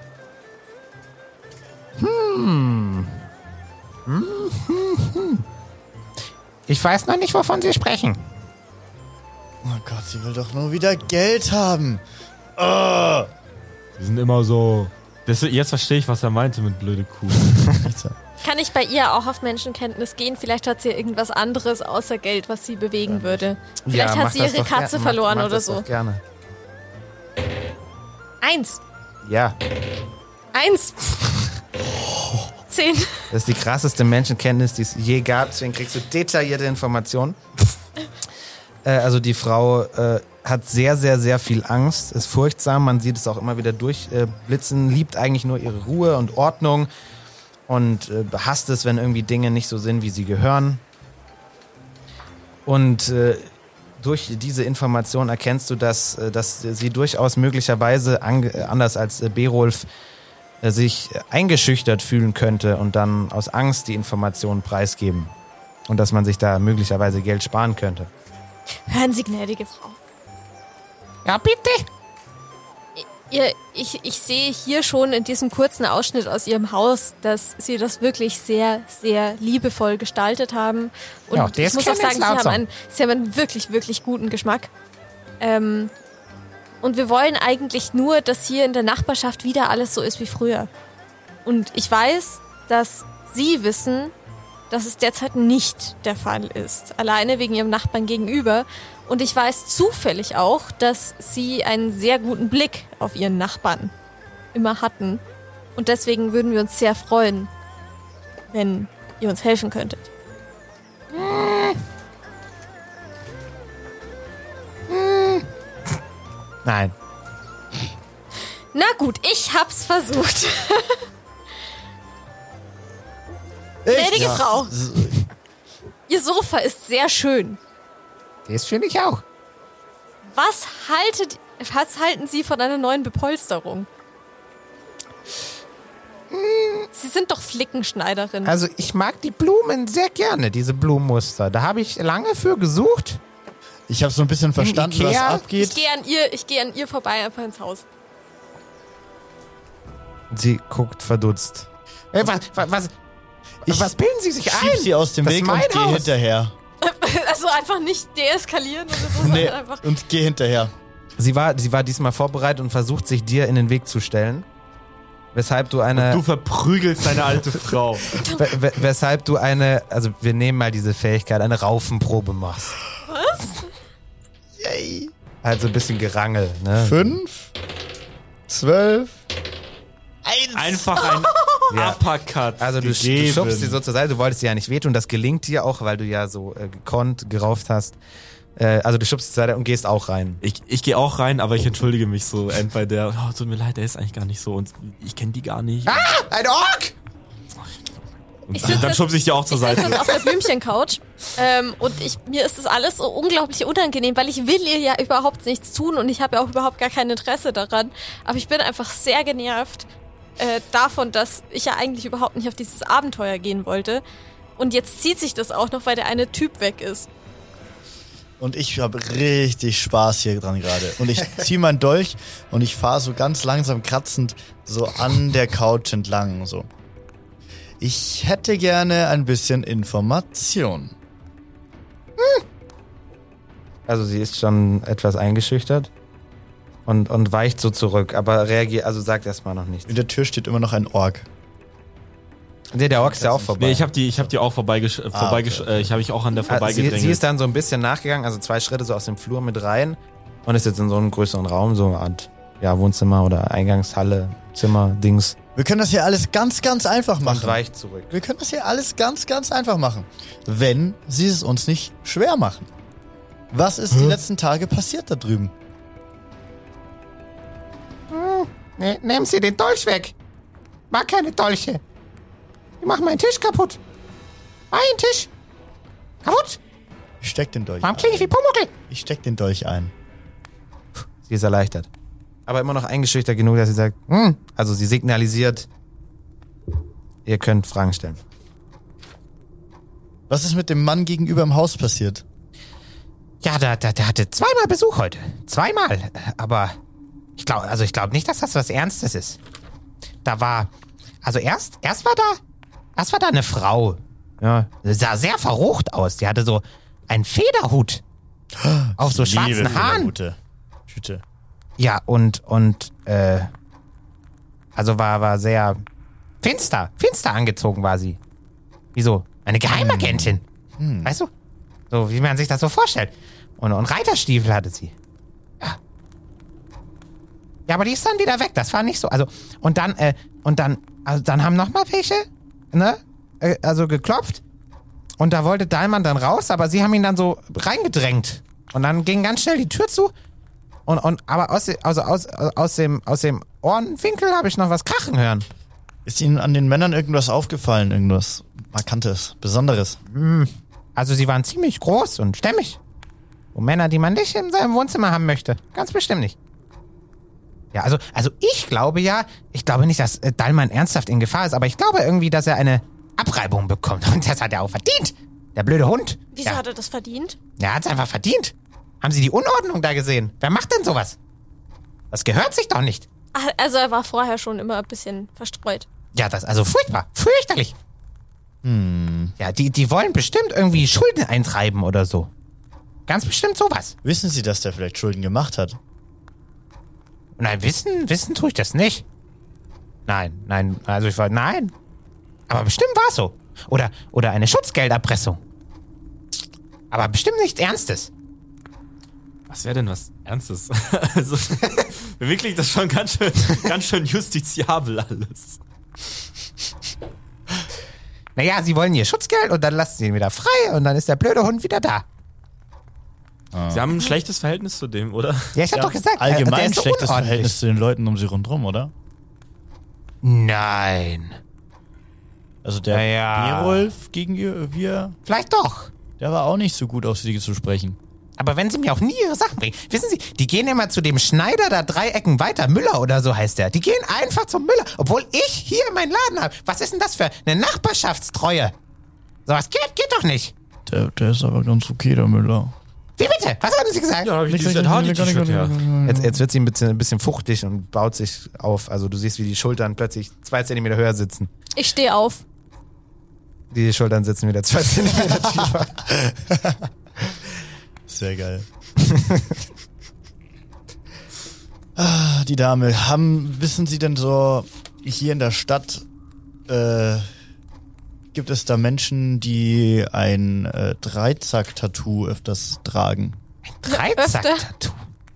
Speaker 11: Ich weiß noch nicht, wovon Sie sprechen.
Speaker 7: Oh Gott, sie will doch nur wieder Geld haben.
Speaker 4: Die sind immer so. Das, jetzt verstehe ich, was er meinte mit blöde Kuh.
Speaker 6: Kann ich bei ihr auch auf Menschenkenntnis gehen? Vielleicht hat sie irgendwas anderes außer Geld, was sie bewegen würde. Vielleicht
Speaker 9: Ja, mach
Speaker 6: hat sie
Speaker 9: das
Speaker 6: ihre
Speaker 9: doch ger-
Speaker 6: Katze
Speaker 9: mach-
Speaker 6: verloren
Speaker 9: mach
Speaker 6: oder
Speaker 9: das
Speaker 6: so.
Speaker 9: doch Gerne.
Speaker 6: Eins.
Speaker 9: Ja,
Speaker 6: Eins. Zehn.
Speaker 9: das ist die krasseste Menschenkenntnis, die es je gab. Deswegen kriegst du detaillierte Informationen. äh, also die Frau äh, hat sehr, sehr, sehr viel Angst, ist furchtsam. Man sieht es auch immer wieder durchblitzen, äh, blitzen, liebt eigentlich nur ihre Ruhe und Ordnung und äh, hasst es, wenn irgendwie Dinge nicht so sind, wie sie gehören. Und äh, durch diese Information erkennst du, dass, äh, dass sie durchaus möglicherweise, ange- äh, anders als äh, Berolf, äh, sich eingeschüchtert fühlen könnte und dann aus Angst die Informationen preisgeben. Und dass man sich da möglicherweise Geld sparen könnte.
Speaker 6: Hören Sie, gnädige Frau.
Speaker 11: Ja, bitte!
Speaker 6: Ihr, ich, ich sehe hier schon in diesem kurzen Ausschnitt aus Ihrem Haus, dass Sie das wirklich sehr, sehr liebevoll gestaltet haben. Und
Speaker 11: Ja, auch das
Speaker 6: ich muss auch
Speaker 11: klingt
Speaker 6: sagen, Sie
Speaker 11: jetzt
Speaker 6: haben,
Speaker 11: langsam.
Speaker 6: einen, Sie haben einen wirklich, wirklich guten Geschmack. Ähm, und wir wollen eigentlich nur, dass hier in der Nachbarschaft wieder alles so ist wie früher. Und ich weiß, dass Sie wissen, dass es derzeit nicht der Fall ist. Alleine wegen ihrem Nachbarn gegenüber. Und ich weiß zufällig auch, dass sie einen sehr guten Blick auf ihren Nachbarn immer hatten. Und deswegen würden wir uns sehr freuen, wenn ihr uns helfen könntet.
Speaker 9: Nein.
Speaker 6: Nein! Na gut, ich hab's versucht. Gnädige Frau, Ihr Sofa ist sehr schön.
Speaker 9: Das finde ich auch.
Speaker 6: Was, haltet, was halten Sie von einer neuen Bepolsterung? Sie sind doch Flickenschneiderin.
Speaker 9: Also ich mag die Blumen sehr gerne, diese Blumenmuster. Da habe ich lange für gesucht.
Speaker 7: Ich habe so ein bisschen verstanden, was
Speaker 9: Ikea?
Speaker 6: Ich
Speaker 7: abgeht.
Speaker 6: gehe an ihr, ich gehe an ihr vorbei einfach ins Haus.
Speaker 5: Sie guckt verdutzt.
Speaker 9: Äh, was, was, was,
Speaker 7: Ich
Speaker 9: was bilden Sie sich ein?
Speaker 7: Schieb sie aus dem
Speaker 9: Das ist
Speaker 7: Weg
Speaker 9: mein
Speaker 7: und geh
Speaker 9: Haus.
Speaker 7: hinterher.
Speaker 6: Also einfach nicht deeskalieren oder so,
Speaker 7: Nee,
Speaker 6: sondern halt einfach.
Speaker 7: und geh hinterher.
Speaker 5: Sie war, sie war diesmal vorbereitet und versucht, sich dir in den Weg zu stellen. Weshalb du eine.
Speaker 4: Du verprügelst deine alte Frau.
Speaker 5: we- we- weshalb du eine. Also, wir nehmen mal diese Fähigkeit, eine Raufenprobe machst.
Speaker 7: Yay.
Speaker 5: Halt so ein bisschen Gerangel, ne?
Speaker 7: Fünf, zwölf,
Speaker 4: Einfach ein Uppercut.
Speaker 5: Also du, sch- du
Speaker 4: gegeben.
Speaker 5: schubst sie so zur Seite, du wolltest ihr ja nicht wehtun, das gelingt dir auch, weil du ja so äh, gekonnt, gerauft hast. Äh, also du schubst sie zur Seite und gehst auch rein.
Speaker 4: Ich, ich gehe auch rein, aber ich entschuldige mich so. End bei der, oh, tut mir leid, der ist eigentlich gar nicht so. Und ich kenne die gar nicht.
Speaker 5: Ah,
Speaker 9: Ein Ork!
Speaker 4: Und
Speaker 6: Ich sitz
Speaker 4: dann
Speaker 6: jetzt-
Speaker 4: schubse ich die auch zur
Speaker 6: Ich sitze
Speaker 4: Seite.
Speaker 6: jetzt auf der Blümchen-Couch ähm, und ich, mir ist das alles so unglaublich unangenehm, weil ich will ihr ja überhaupt nichts tun und ich habe ja auch überhaupt gar kein Interesse daran. Aber ich bin einfach sehr genervt äh, davon, dass ich ja eigentlich überhaupt nicht auf dieses Abenteuer gehen wollte. Und jetzt zieht sich das auch noch, weil der eine Typ weg ist.
Speaker 7: Und ich habe richtig Spaß hier dran gerade. Und ich ziehe meinen Dolch und ich fahre so ganz langsam kratzend so an der Couch entlang. So. Ich hätte gerne ein bisschen Information.
Speaker 5: Also sie ist schon etwas eingeschüchtert und, und weicht so zurück, aber reagiert, also sagt erstmal noch nichts.
Speaker 7: In der Tür steht immer noch ein Ork.
Speaker 5: Der, der Ork ist ja auch vorbei.
Speaker 4: Nee, ich habe die, ich hab die auch vorbeigesch ah, vorbeigesch äh, Ich habe ich auch an der
Speaker 5: Ah, sie,
Speaker 4: vorbeigedrängelt.
Speaker 5: sie ist dann so ein bisschen nachgegangen, also zwei Schritte so aus dem Flur mit rein und ist jetzt in so einem größeren Raum, so eine Art ja, Wohnzimmer oder Eingangshalle, Zimmer, Dings
Speaker 7: Wir können das hier alles ganz, ganz einfach
Speaker 5: und
Speaker 7: machen.
Speaker 5: weicht zurück.
Speaker 7: Wir können das hier alles ganz, ganz einfach machen. Wenn sie es uns nicht schwer machen. Was ist die
Speaker 9: Hm?
Speaker 7: letzten Tage passiert da drüben?
Speaker 9: Ne, nehmen Sie den Dolch weg. Mag keine Dolche. Die machen meinen Tisch kaputt. Mein Tisch. Kaputt.
Speaker 7: Ich steck den Dolch
Speaker 9: Warum
Speaker 7: ein.
Speaker 9: klinge ich wie Pumuckl?
Speaker 7: Ich steck den Dolch ein.
Speaker 5: Sie ist erleichtert. Aber immer noch eingeschüchtert genug, dass sie sagt, hm. also sie signalisiert, ihr könnt Fragen stellen.
Speaker 7: Was ist mit dem Mann gegenüber im Haus passiert?
Speaker 9: Ja, da, da, der hatte zweimal Besuch heute. Zweimal. Aber ich glaube, also ich glaube nicht, dass das was Ernstes ist. Da war, also erst, erst war da, erst war da eine Frau.
Speaker 5: Ja,
Speaker 9: Sie sah sehr verrucht aus. Die hatte so einen Federhut. Auf so schwarzen Haaren.
Speaker 7: Gute Tüte.
Speaker 5: ja und, und
Speaker 9: Äh, also war, war sehr finster, finster angezogen war sie. Wieso? Eine Geheimagentin. Weißt du? So, wie man sich das so vorstellt. Und, und Reiterstiefel hatte sie. Ja. Ja, aber die ist dann wieder weg. Das war nicht so. Also, und dann, äh, und dann, also dann haben nochmal welche, ne? Äh, also geklopft. Und da wollte Dahlmann dann raus, aber sie haben ihn dann so reingedrängt. Und dann ging ganz schnell die Tür zu. Und, und aber aus, de- also aus, aus, dem, aus dem Ohrenwinkel habe ich noch was krachen hören.
Speaker 7: Ist Ihnen an den Männern irgendwas aufgefallen? Irgendwas Markantes, Besonderes?
Speaker 9: Also sie waren ziemlich groß und stämmig. Und Männer, die man nicht in seinem Wohnzimmer haben möchte. Ganz bestimmt nicht. Ja, also, also ich glaube ja, ich glaube nicht, dass äh, Dallmann ernsthaft in Gefahr ist, aber ich glaube irgendwie, dass er eine Abreibung bekommt. Und das hat er auch verdient. Der blöde Hund.
Speaker 6: Wieso
Speaker 9: ja,
Speaker 6: hat er das verdient?
Speaker 9: er hat's einfach verdient. Haben Sie die Unordnung da gesehen? Wer macht denn sowas? Das gehört sich doch nicht.
Speaker 6: Ah, Also er war vorher schon immer ein bisschen verstreut.
Speaker 9: Ja, das ist also furchtbar. Fürchterlich. Hm. Ja, die, die wollen bestimmt irgendwie Schulden eintreiben oder so. Ganz bestimmt sowas.
Speaker 7: Wissen Sie, dass der vielleicht Schulden gemacht hat?
Speaker 9: Nein, wissen, wissen tue ich das nicht. Nein, nein, also ich war, nein. Aber bestimmt war es so. Oder, oder eine Schutzgelderpressung. Aber bestimmt nichts Ernstes.
Speaker 4: Was wäre denn was Ernstes? also, mir klingt das schon ganz schön, ganz schön justiziabel alles.
Speaker 9: Naja, sie wollen ihr Schutzgeld und dann lassen sie ihn wieder frei und dann ist der blöde Hund wieder da.
Speaker 5: Ah.
Speaker 4: Sie haben ein schlechtes Verhältnis zu dem, oder?
Speaker 9: Ja, ich hab doch gesagt, äh, der
Speaker 7: Allgemein
Speaker 9: ist so
Speaker 7: schlechtes
Speaker 9: unordentlich.
Speaker 7: Verhältnis zu den Leuten um sie rundherum, oder?
Speaker 9: Nein.
Speaker 7: Also der
Speaker 9: Naja.
Speaker 7: Berolf gegen ihr, wir,
Speaker 9: Vielleicht doch.
Speaker 7: der war auch nicht so gut auf sie zu sprechen.
Speaker 9: Aber wenn sie mir auch nie ihre Sachen bringen. Wissen Sie, die gehen immer zu dem Schneider da drei Ecken weiter. Müller oder so heißt der. Die gehen einfach zum Müller, obwohl ich hier meinen Laden habe. Was ist denn das für eine Nachbarschaftstreue? Sowas geht, geht doch nicht.
Speaker 7: Der, der ist aber ganz okay, der Müller.
Speaker 9: Wie bitte? Was haben Sie gesagt?
Speaker 4: habe ich dieses ZH-T-Shirt her.
Speaker 5: Jetzt, jetzt wird sie ein bisschen, ein bisschen fuchtig und baut sich auf. Also du siehst, wie die Schultern plötzlich zwei Zentimeter höher sitzen.
Speaker 6: Ich stehe auf.
Speaker 5: Die Schultern sitzen wieder zwei Zentimeter tiefer.
Speaker 7: Sehr geil. ah, die Dame, haben, wissen Sie denn so, hier in der Stadt, äh, gibt es da Menschen, die ein äh, Dreizack-Tattoo öfters tragen?
Speaker 9: Dreizack-Tattoo.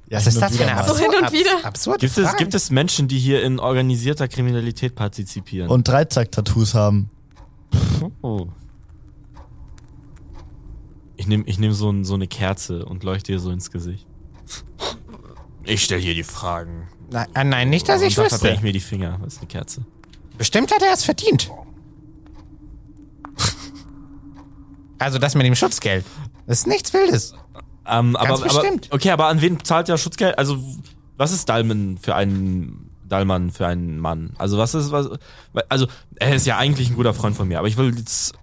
Speaker 7: Ja,
Speaker 9: Was
Speaker 7: hin
Speaker 9: ist
Speaker 7: und
Speaker 9: das für
Speaker 7: wieder
Speaker 9: eine
Speaker 7: mal.
Speaker 6: So
Speaker 9: absurde,
Speaker 6: hin und
Speaker 9: abs-
Speaker 6: wieder.
Speaker 9: absurde
Speaker 4: Gibt es,
Speaker 9: Frage?
Speaker 4: gibt es Menschen, die hier in organisierter Kriminalität partizipieren?
Speaker 7: Und Dreizack-Tattoos haben.
Speaker 4: oh. Ich nehme ich nehm so, ein, so eine Kerze und leuchte ihr so ins Gesicht. Ich stelle hier die Fragen.
Speaker 9: Nein, ah, nein, nicht, dass ich
Speaker 4: und dann verbrenne
Speaker 9: wüsste.
Speaker 4: ich mir die Finger. Das ist eine Kerze.
Speaker 9: Bestimmt hat er es verdient. Also das mit dem Schutzgeld. Das ist nichts Wildes.
Speaker 4: Ähm, aber,
Speaker 9: Ganz bestimmt.
Speaker 4: Aber, okay, aber an wen zahlt der Schutzgeld? Also, was ist Dalman für einen Dalman für einen Mann? Also, was ist was? Also, er ist ja eigentlich ein guter Freund von mir, aber ich will jetzt.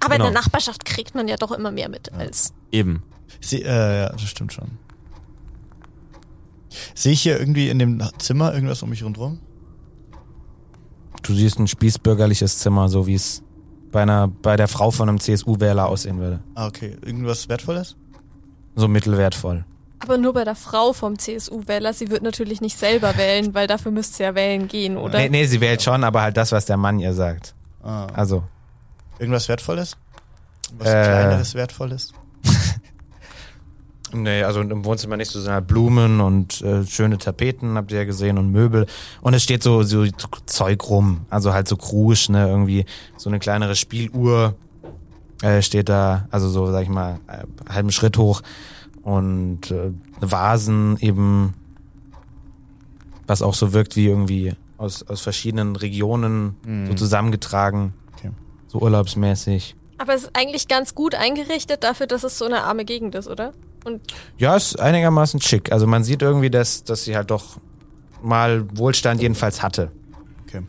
Speaker 6: Aber
Speaker 4: Genau.
Speaker 6: in der Nachbarschaft kriegt man ja doch immer mehr mit als.
Speaker 4: Eben.
Speaker 7: Sie, äh, ja, das stimmt schon. Sehe ich hier irgendwie in dem Zimmer irgendwas um mich rundherum?
Speaker 5: Du siehst ein spießbürgerliches Zimmer, so wie es bei, einer, bei der Frau von einem CSU-Wähler aussehen würde.
Speaker 7: Ah, okay. Irgendwas Wertvolles?
Speaker 5: So mittelwertvoll.
Speaker 6: Aber nur bei der Frau vom CSU-Wähler. Sie wird natürlich nicht selber wählen, weil dafür müsste sie ja wählen gehen, oder?
Speaker 5: Nee, nee, sie wählt schon, aber halt das, was der Mann ihr sagt.
Speaker 7: Ah.
Speaker 5: Also,
Speaker 7: Irgendwas Wertvolles? Was
Speaker 5: Äh.
Speaker 7: Kleineres Wertvolles?
Speaker 5: Nee, also im Wohnzimmer nicht, so sind halt Blumen und äh, schöne Tapeten, habt ihr ja gesehen, und Möbel. Und es steht so, so Zeug rum, also halt so Krusch, ne, irgendwie so eine kleinere Spieluhr äh, steht da, also so, sag ich mal, äh, halben Schritt hoch. Und äh, Vasen eben, was auch so wirkt wie irgendwie aus, aus verschiedenen Regionen so zusammengetragen,
Speaker 7: Okay.
Speaker 5: so urlaubsmäßig.
Speaker 6: Aber es ist eigentlich ganz gut eingerichtet dafür, dass es so eine arme Gegend ist, oder?
Speaker 5: Ja, ist einigermaßen schick. Also man sieht irgendwie, dass, dass sie halt doch mal Wohlstand jedenfalls hatte.
Speaker 7: Okay.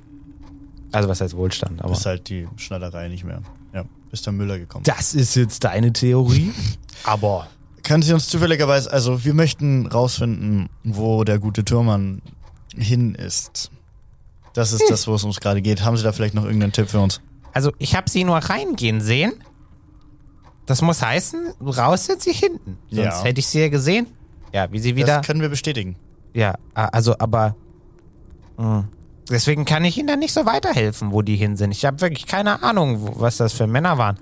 Speaker 5: Also was heißt Wohlstand? Aber
Speaker 7: Ist halt die Schneiderei nicht mehr. Ja, ist der Müller gekommen.
Speaker 5: das ist jetzt deine Theorie. aber
Speaker 7: Können Sie uns zufälligerweise, also wir möchten rausfinden, wo der gute Türmann hin ist. Das
Speaker 5: Hm.
Speaker 7: ist das, wo es uns gerade geht. Haben Sie da vielleicht noch irgendeinen Tipp für uns?
Speaker 9: Also ich habe sie nur reingehen sehen. Das muss heißen, raus sind sie hinten. Sonst
Speaker 7: Ja.
Speaker 9: hätte ich sie ja gesehen. Ja, wie sie wieder.
Speaker 7: Das können wir bestätigen.
Speaker 9: Ja, a- also aber.
Speaker 7: Mhm.
Speaker 9: mh. Deswegen kann ich ihnen da nicht so weiterhelfen, wo die hin sind. Ich habe wirklich keine Ahnung, wo- was das für Männer waren.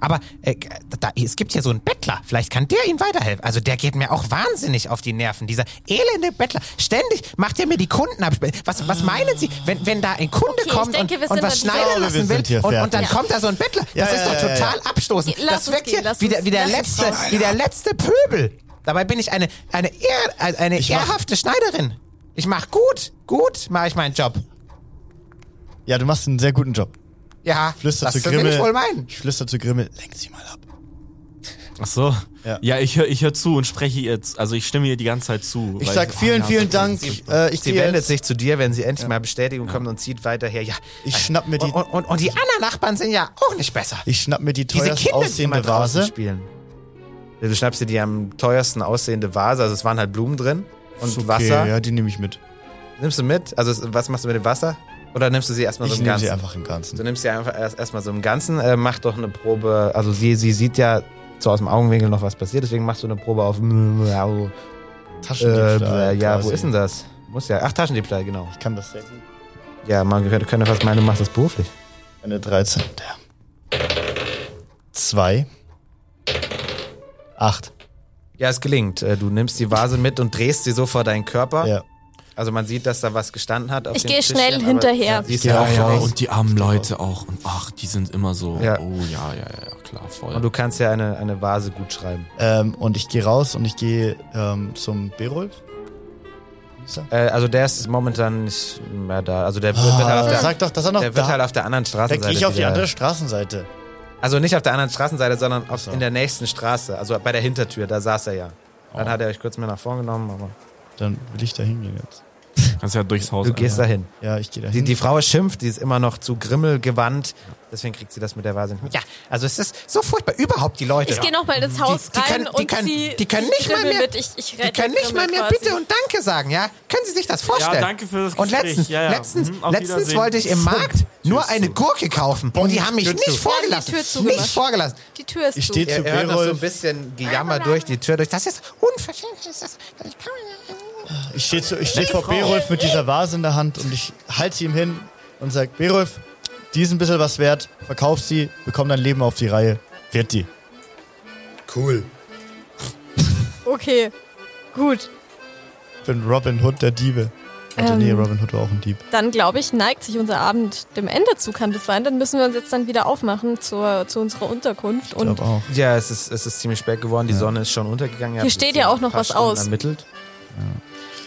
Speaker 9: Aber äh, da, es gibt hier so einen Bettler. Vielleicht kann der ihnen weiterhelfen. Also der geht mir auch wahnsinnig auf die Nerven. Dieser elende Bettler. Ständig macht er mir die Kunden ab. Was, was meinen Sie, wenn, wenn da ein Kunde
Speaker 6: ich
Speaker 9: kommt und,
Speaker 6: denke, wir
Speaker 9: und
Speaker 6: sind
Speaker 9: was
Speaker 6: an dieser-
Speaker 9: schneiden
Speaker 7: Ich glaube, wir
Speaker 9: lassen will
Speaker 7: sind hier
Speaker 9: und, und
Speaker 7: fertig.
Speaker 9: dann
Speaker 7: Ja.
Speaker 9: kommt da so ein Bettler?
Speaker 7: Ja,
Speaker 9: das
Speaker 7: ja,
Speaker 9: ist doch
Speaker 7: ja, ja,
Speaker 9: total abstoßend.
Speaker 6: Lass
Speaker 9: das
Speaker 6: uns
Speaker 9: wirkt
Speaker 6: gehen,
Speaker 9: hier
Speaker 6: lass
Speaker 9: wie
Speaker 6: uns-
Speaker 9: der, wie der
Speaker 6: lass uns
Speaker 9: letzte,
Speaker 6: raus.
Speaker 9: wie der letzte Pöbel. Dabei bin ich eine, eine, Ehr, eine- eine
Speaker 7: Ich mach-
Speaker 9: ehrhafte Schneiderin. Ich mach gut, gut mache ich meinen Job.
Speaker 7: Ja, du machst einen sehr guten Job.
Speaker 9: Ja,
Speaker 7: Flüster
Speaker 9: das
Speaker 7: zu
Speaker 9: will
Speaker 7: Grimmel.
Speaker 9: ich wohl meinen.
Speaker 7: Ich flüster zu Grimmel, lenk sie mal ab.
Speaker 4: Ach so.
Speaker 7: Ja.
Speaker 4: Ja, ich höre ich hör zu und spreche ihr. zu- Also, ich stimme ihr die ganze Zeit zu.
Speaker 7: Ich
Speaker 4: weil- Ah,
Speaker 7: sag vielen, vielen Dank. Äh, ich
Speaker 5: sie
Speaker 7: gehe
Speaker 5: wendet
Speaker 7: jetzt.
Speaker 5: sich zu dir, wenn sie endlich mal Bestätigung kommt und zieht weiter her. Ja, äh,
Speaker 7: Ich schnapp mir die,
Speaker 9: Und, und, und, und die anderen Nachbarn sind ja auch nicht besser.
Speaker 7: ich schnapp mir die
Speaker 9: Diese
Speaker 7: teuerst
Speaker 9: Kinder, die
Speaker 7: aussehende
Speaker 5: draußen
Speaker 7: Vase.
Speaker 5: spielen. Ja, du schnappst dir die am teuersten aussehende Vase. Also es waren halt Blumen drin und
Speaker 7: Ist okay,
Speaker 5: Wasser.
Speaker 7: Ja, die nehme ich mit.
Speaker 5: Nimmst du mit? Also es- was machst du mit dem Wasser? Oder nimmst du sie erstmal so
Speaker 7: Ich
Speaker 5: im
Speaker 7: nehme
Speaker 5: Ganzen?
Speaker 7: sie einfach im Ganzen.
Speaker 5: Du nimmst sie einfach erst erstmal so im Ganzen, äh, mach doch eine Probe. Also sie, sie sieht ja so aus dem Augenwinkel noch was passiert, deswegen machst du eine Probe auf. Äh,
Speaker 7: Taschendiebstahl.
Speaker 5: ja,
Speaker 7: quasi.
Speaker 5: wo ist denn das? Muss ja. Ach, Taschendiebstahl, genau.
Speaker 7: Ich kann das sehr gut.
Speaker 5: Ja, man könnte, könnte fast meinen, du machst das beruflich.
Speaker 7: Eine 13. Der. Zwei. Acht.
Speaker 5: Ja, es gelingt. Äh, Du nimmst die Vase mit und drehst sie so vor deinen Körper.
Speaker 7: Ja.
Speaker 9: Also man sieht, dass da was gestanden hat. Auf
Speaker 6: Ich
Speaker 9: dem
Speaker 6: gehe
Speaker 9: Tischchen,
Speaker 6: schnell
Speaker 9: aber
Speaker 6: hinterher.
Speaker 9: siehst du
Speaker 4: Ja,
Speaker 9: auch
Speaker 4: ja,
Speaker 9: nicht.
Speaker 4: und die armen Leute auch. Und ach, die sind immer so.
Speaker 9: Ja.
Speaker 4: Oh ja, ja, ja, ja, klar, voll.
Speaker 9: Und du kannst ja eine, eine Vase gut schreiben.
Speaker 7: Ähm, und ich gehe raus und ich gehe ähm, zum Berulf.
Speaker 9: Äh, also der ist momentan nicht mehr da. Also der wird, wird halt, auf
Speaker 7: Ah,
Speaker 9: der,
Speaker 7: sag doch, dass er noch
Speaker 9: der wird halt
Speaker 7: da.
Speaker 9: auf der anderen
Speaker 7: Da
Speaker 9: Straßenseite.
Speaker 7: gehe ich auf die
Speaker 9: wieder-
Speaker 7: andere Straßenseite.
Speaker 9: Also nicht auf der anderen Straßenseite, sondern auf,
Speaker 7: so.
Speaker 9: in der nächsten Straße. Also bei der Hintertür, da saß er ja.
Speaker 4: Oh.
Speaker 9: Dann hat er euch kurz mehr nach vorn genommen, aber
Speaker 7: Dann will ich da hingehen jetzt.
Speaker 4: kannst ja durchs Haus.
Speaker 9: du gehst
Speaker 4: einfach-
Speaker 9: dahin.
Speaker 7: Ja, ich gehe da
Speaker 9: Die,
Speaker 7: hin.
Speaker 9: die Frau schimpft, die ist immer noch zu Grimmel gewandt. Deswegen kriegt sie das mit der Vase nicht mit.
Speaker 12: Ja, also es ist so furchtbar. Überhaupt die Leute.
Speaker 6: Ich gehe nochmal ins Haus
Speaker 12: die
Speaker 6: rein
Speaker 12: können- die
Speaker 6: und
Speaker 12: können-
Speaker 6: zieh
Speaker 12: die können nicht mal
Speaker 6: Grimmel
Speaker 12: mehr-
Speaker 6: mit. Ich, ich
Speaker 12: Die
Speaker 6: rette
Speaker 12: können nicht mal
Speaker 6: Grimmel
Speaker 12: mehr
Speaker 6: quasi.
Speaker 12: Bitte und Danke sagen, ja? Können Sie sich das vorstellen?
Speaker 4: Ja, danke für das
Speaker 12: Und
Speaker 4: Gespräch.
Speaker 12: letztens,
Speaker 4: Ja, ja.
Speaker 12: letztens,
Speaker 4: Mhm, auf
Speaker 12: letztens
Speaker 4: Wiedersehen.
Speaker 12: wollte ich im Markt nur eine Gurke kaufen und die haben mich
Speaker 4: Tür
Speaker 12: nicht
Speaker 4: zu.
Speaker 12: vorgelassen.
Speaker 6: Ja, die Tür
Speaker 12: nicht
Speaker 6: zugemacht.
Speaker 12: vorgelassen.
Speaker 6: Die Tür ist
Speaker 7: Ich
Speaker 6: zu.
Speaker 7: stehe zu
Speaker 9: Er, er hört noch so ein
Speaker 7: Berulf.
Speaker 9: bisschen Gejammer durch die Tür durch. Das
Speaker 12: Das ist unverschämt. Das ist, ich kann mir
Speaker 7: Ich stehe zu- ich steh vor Berulf mit dieser Vase in der Hand und ich halte sie ihm hin und sage, Berulf, die ist ein bisschen was wert. Verkauf sie, bekomm dein Leben auf die Reihe. Wird die. Cool.
Speaker 6: Okay, gut.
Speaker 7: Ich bin Robin Hood der Diebe. Also
Speaker 6: Ähm.
Speaker 7: nee, Robin Hood war auch ein Dieb.
Speaker 6: Dann glaube ich, neigt sich unser Abend dem Ende zu, kann das sein. Dann müssen wir uns jetzt dann wieder aufmachen zur, zu unserer Unterkunft.
Speaker 7: Ich
Speaker 6: Und
Speaker 7: glaube auch.
Speaker 9: ja, es ist, es ist ziemlich spät geworden. Die Sonne ist schon untergegangen. Ihr habt
Speaker 6: steht
Speaker 9: jetzt
Speaker 6: ja
Speaker 9: so
Speaker 6: auch noch
Speaker 9: ein paar
Speaker 6: was
Speaker 9: Stunden
Speaker 6: aus.
Speaker 9: Ermittelt.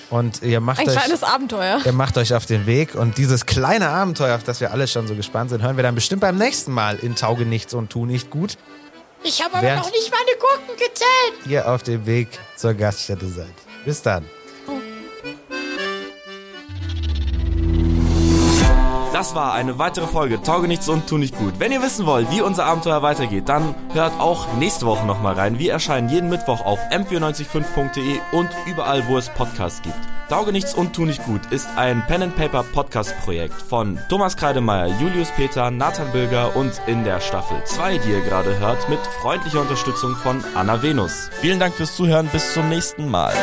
Speaker 9: Und ihr macht
Speaker 6: ein
Speaker 9: euch
Speaker 6: kleines Abenteuer.
Speaker 9: Ihr macht euch auf den Weg und dieses kleine Abenteuer, auf das wir alle schon so gespannt sind, hören wir dann bestimmt beim nächsten Mal in Tauge nichts und tu nicht gut. Ich habe aber noch nicht meine Gurken gezählt. Ihr auf dem Weg zur Gaststätte seid. Bis dann.
Speaker 4: Das war eine weitere Folge Tauge nichts und tu nicht gut. Wenn ihr wissen wollt, wie unser Abenteuer weitergeht, dann hört auch nächste Woche nochmal rein. Wir erscheinen jeden Mittwoch auf m495.de und überall, wo es Podcasts gibt. Tauge nichts und tu nicht gut ist ein Pen and Paper Podcast Projekt von Thomas Kreidemeier, Julius Peter, Nathan Bilger und in der Staffel 2, die ihr gerade hört, mit freundlicher Unterstützung von Anna Venus. Vielen Dank fürs Zuhören, bis zum nächsten Mal.